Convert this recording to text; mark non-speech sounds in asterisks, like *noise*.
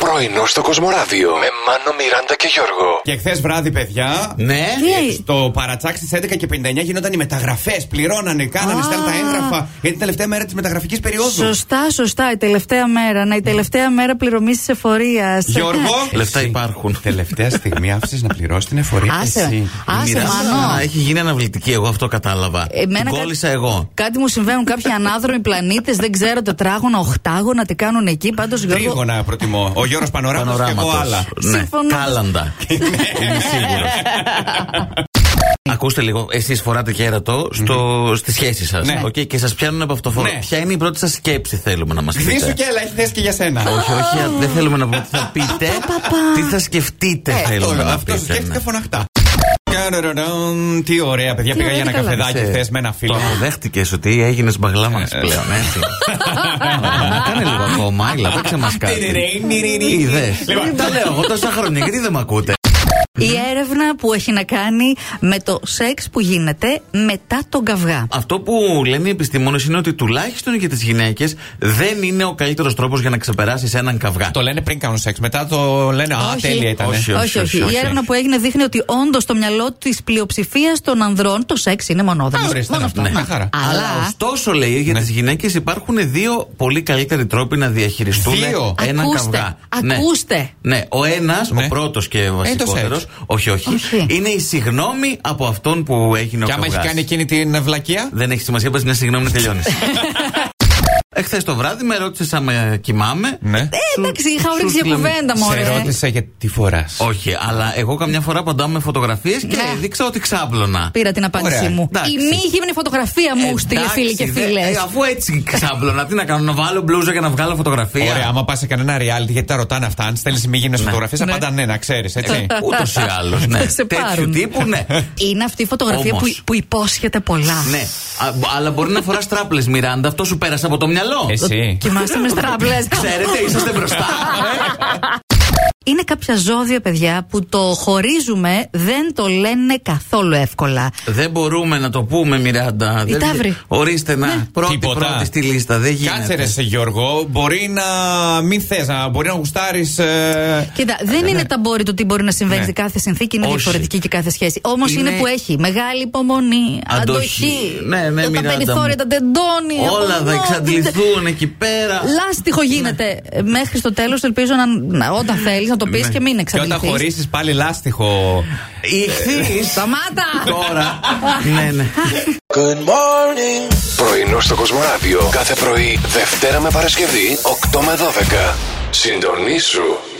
Πρωινό στο Κοσμοράδιο με Μάνο, Μιράντα και Γιώργο. Και χθες βράδυ, παιδιά, Ναι. Τι? στο παρατσάξ στι 11 και 59 γινόταν οι μεταγραφές. Πληρώνανε, κάνανε, Α. στέλνανε τα έγγραφα. Γιατί είναι η τελευταία μέρα της μεταγραφικής περίοδου. Σωστά, σωστά. Η τελευταία μέρα. Να η τελευταία μέρα πληρωμής της εφορίας. Γιώργο. Λεφτά εσύ υπάρχουν. Τελευταία στιγμή άφησες να πληρώσεις την εφορία. Άσε, εσύ. άσε Μοιράζομαι, μανώ. Ε, αλλά Έχει γίνει αναβλητική, εγώ αυτό κατάλαβα. Την κάτι- κόλλησα εγώ. Κάτι μου συμβαίνουν, κάποιοι ανάδρομοι πλανήτες, δεν ξέρω, τετράγωνα, οχτάγωνα, τι κάνουν εκεί. Πάντως, Γιώργο. Τρίγωνα προτιμώ. Ο Γιώργος Πανοράμα και εγώ Πανοράματος. άλλα. Ναι, Συμφωνώ. *laughs* κάλαντα. Είμαι σίγουρος. Ακούστε λίγο, εσείς φοράτε κέρατο στο, στη σχέση σας. Ναι. και σας πιάνουν από αυτό φόρο. Ναι. Ποια είναι η πρώτη σας σκέψη, θέλουμε να μας πείτε. Δίσου Ε, και έλα, έχει θέσει και για σένα. Όχι, όχι, α, δεν θέλουμε να πούμε τι θα πείτε. τι θα σκεφτείτε, θέλουμε να Ε, Αυτό πείτε. σου σκέφτηκα ναι. φωναχτά. Καραραραν, Τι ωραία, παιδιά. Τι Πήγα ωραία, για ένα τι καλά. καφεδάκι Σε- χθες με ένα Το φίλο. αποδέχτηκες ότι έγινες μπαγλάμανα Ε, πλέον, έτσι. Κάνε λίγο ακόμα, έλα, παίξε μας κάτι. Είδες. Λοιπόν. Τα λέω εγώ τόσα χρόνια, γιατί δεν με ακούτε. Η έρευνα που έχει να κάνει με το σεξ που γίνεται μετά τον καυγά. Αυτό που λένε οι επιστήμονες είναι ότι τουλάχιστον για τις γυναίκες δεν είναι ο καλύτερος τρόπος για να ξεπεράσεις έναν καυγά. Το λένε πριν κάνουν σεξ. Μετά το λένε Α, Όχι. τέλεια ήταν. Όχι, όχι, όχι. Η έρευνα που έγινε δείχνει ότι όντως στο μυαλό της πλειοψηφίας των ανδρών το σεξ είναι μονόδρομος. Ορίστε, Μόνο να- αυτό. ναι. Να. Χαρά. Αλλά Αλλά. ωστόσο, λέει, Ναι. για τις τις γυναίκες υπάρχουν δύο πολύ καλύτεροι τρόποι να διαχειριστούν Δύο. έναν Ακούστε, καυγά. ακούστε. Ναι, ναι. ο ένας, Ναι. ο πρώτο και βασικότερο. σεξ. όχι, όχι, Όχι. Είναι η συγνώμη από αυτόν που έγινε ο Και άμα καυγάς. έχει κάνει εκείνη την βλακεία. Δεν έχει σημασία, πα μια συγγνώμη να τελειώνεις. *laughs* Εχθές το βράδυ με ρώτησες αν ε, κοιμάμαι. Ναι. Ε, εντάξει, είχα ρίξει για λέμε, κουβέντα μου, Σε ρώτησα γιατί τη φοράς. Όχι, αλλά εγώ καμιά φορά απαντάω με φωτογραφίες και Ναι. δείξα ότι ξάπλωνα. Πήρα την απάντησή Ωραία, μου. εντάξει. Ε, Η μη γύμνη φωτογραφία μου, στείλε Εντάξει, φίλοι και δε- φίλες. ε, αφού έτσι ξάπλωνα, τι να κάνω, να βάλω μπλούζα και να βγάλω φωτογραφία. Ωραία, άμα πας σε κανένα reality, γιατί τα ρωτάνε αυτά. Αν στέλνεις μη γίνε φωτογραφίε, απάντα ναι, να ξέρεις, έτσι. Ούτως ή άλλως. Ναι. *laughs* Θα σε Τέτοιου πάρουν. τύπου, *laughs* ναι. Είναι αυτή η φωτογραφία που, Όμως. που υπόσχεται πολλά. ναι. Α, μπο- αλλά μπορεί να φοράς τράπλε, Μιράντα. Αυτό σου πέρασε από το μυαλό. Εσύ. Κοιμάστε με στραμπλέ. *laughs* Ξέρετε, είσαστε *laughs* μπροστά. Είναι κάποια ζώδια, παιδιά, που το χωρίζουμε δεν το λένε καθόλου εύκολα. Δεν μπορούμε να το πούμε, Μιράντα. Δεν- ταύροι. Ορίστε να. Ναι. Πρώτη, Τίποτα. πρώτη στη λίστα. Δεν γίνεται. Κάτσε ρε σε Γιώργο, μπορεί να μην θες, να μπορεί να ε, γουστάρει. Κοίτα, δεν είναι ταμπόρι του τι μπορεί να συμβαίνει Ναι. σε κάθε συνθήκη, είναι Ναι. Όχι. διαφορετική και κάθε σχέση. Όμως είναι... Είναι- που έχει μεγάλη υπομονή, Αντοχή. αντοχή. Ναι, ναι, τα Μιράντα μου. περιθώρια, τα τεντώνει. Όλα από θα εδώ, εξαντληθούν Ναι. εκεί πέρα. Λάστιχο γίνεται. Ε, Μέχρι στο τέλος, ελπίζω να, να- όταν θέλεις να το πεις Ναι. και μην Και όταν εξαντληθείς. χωρίσεις πάλι λάστιχο. Ηχθείς. Σταμάτα! Τώρα. ναι, ναι. Πρωινό στο Κοσμοράδιο κάθε πρωί, Δευτέρα με Παρασκευή, 8 με 12. Συντονίσου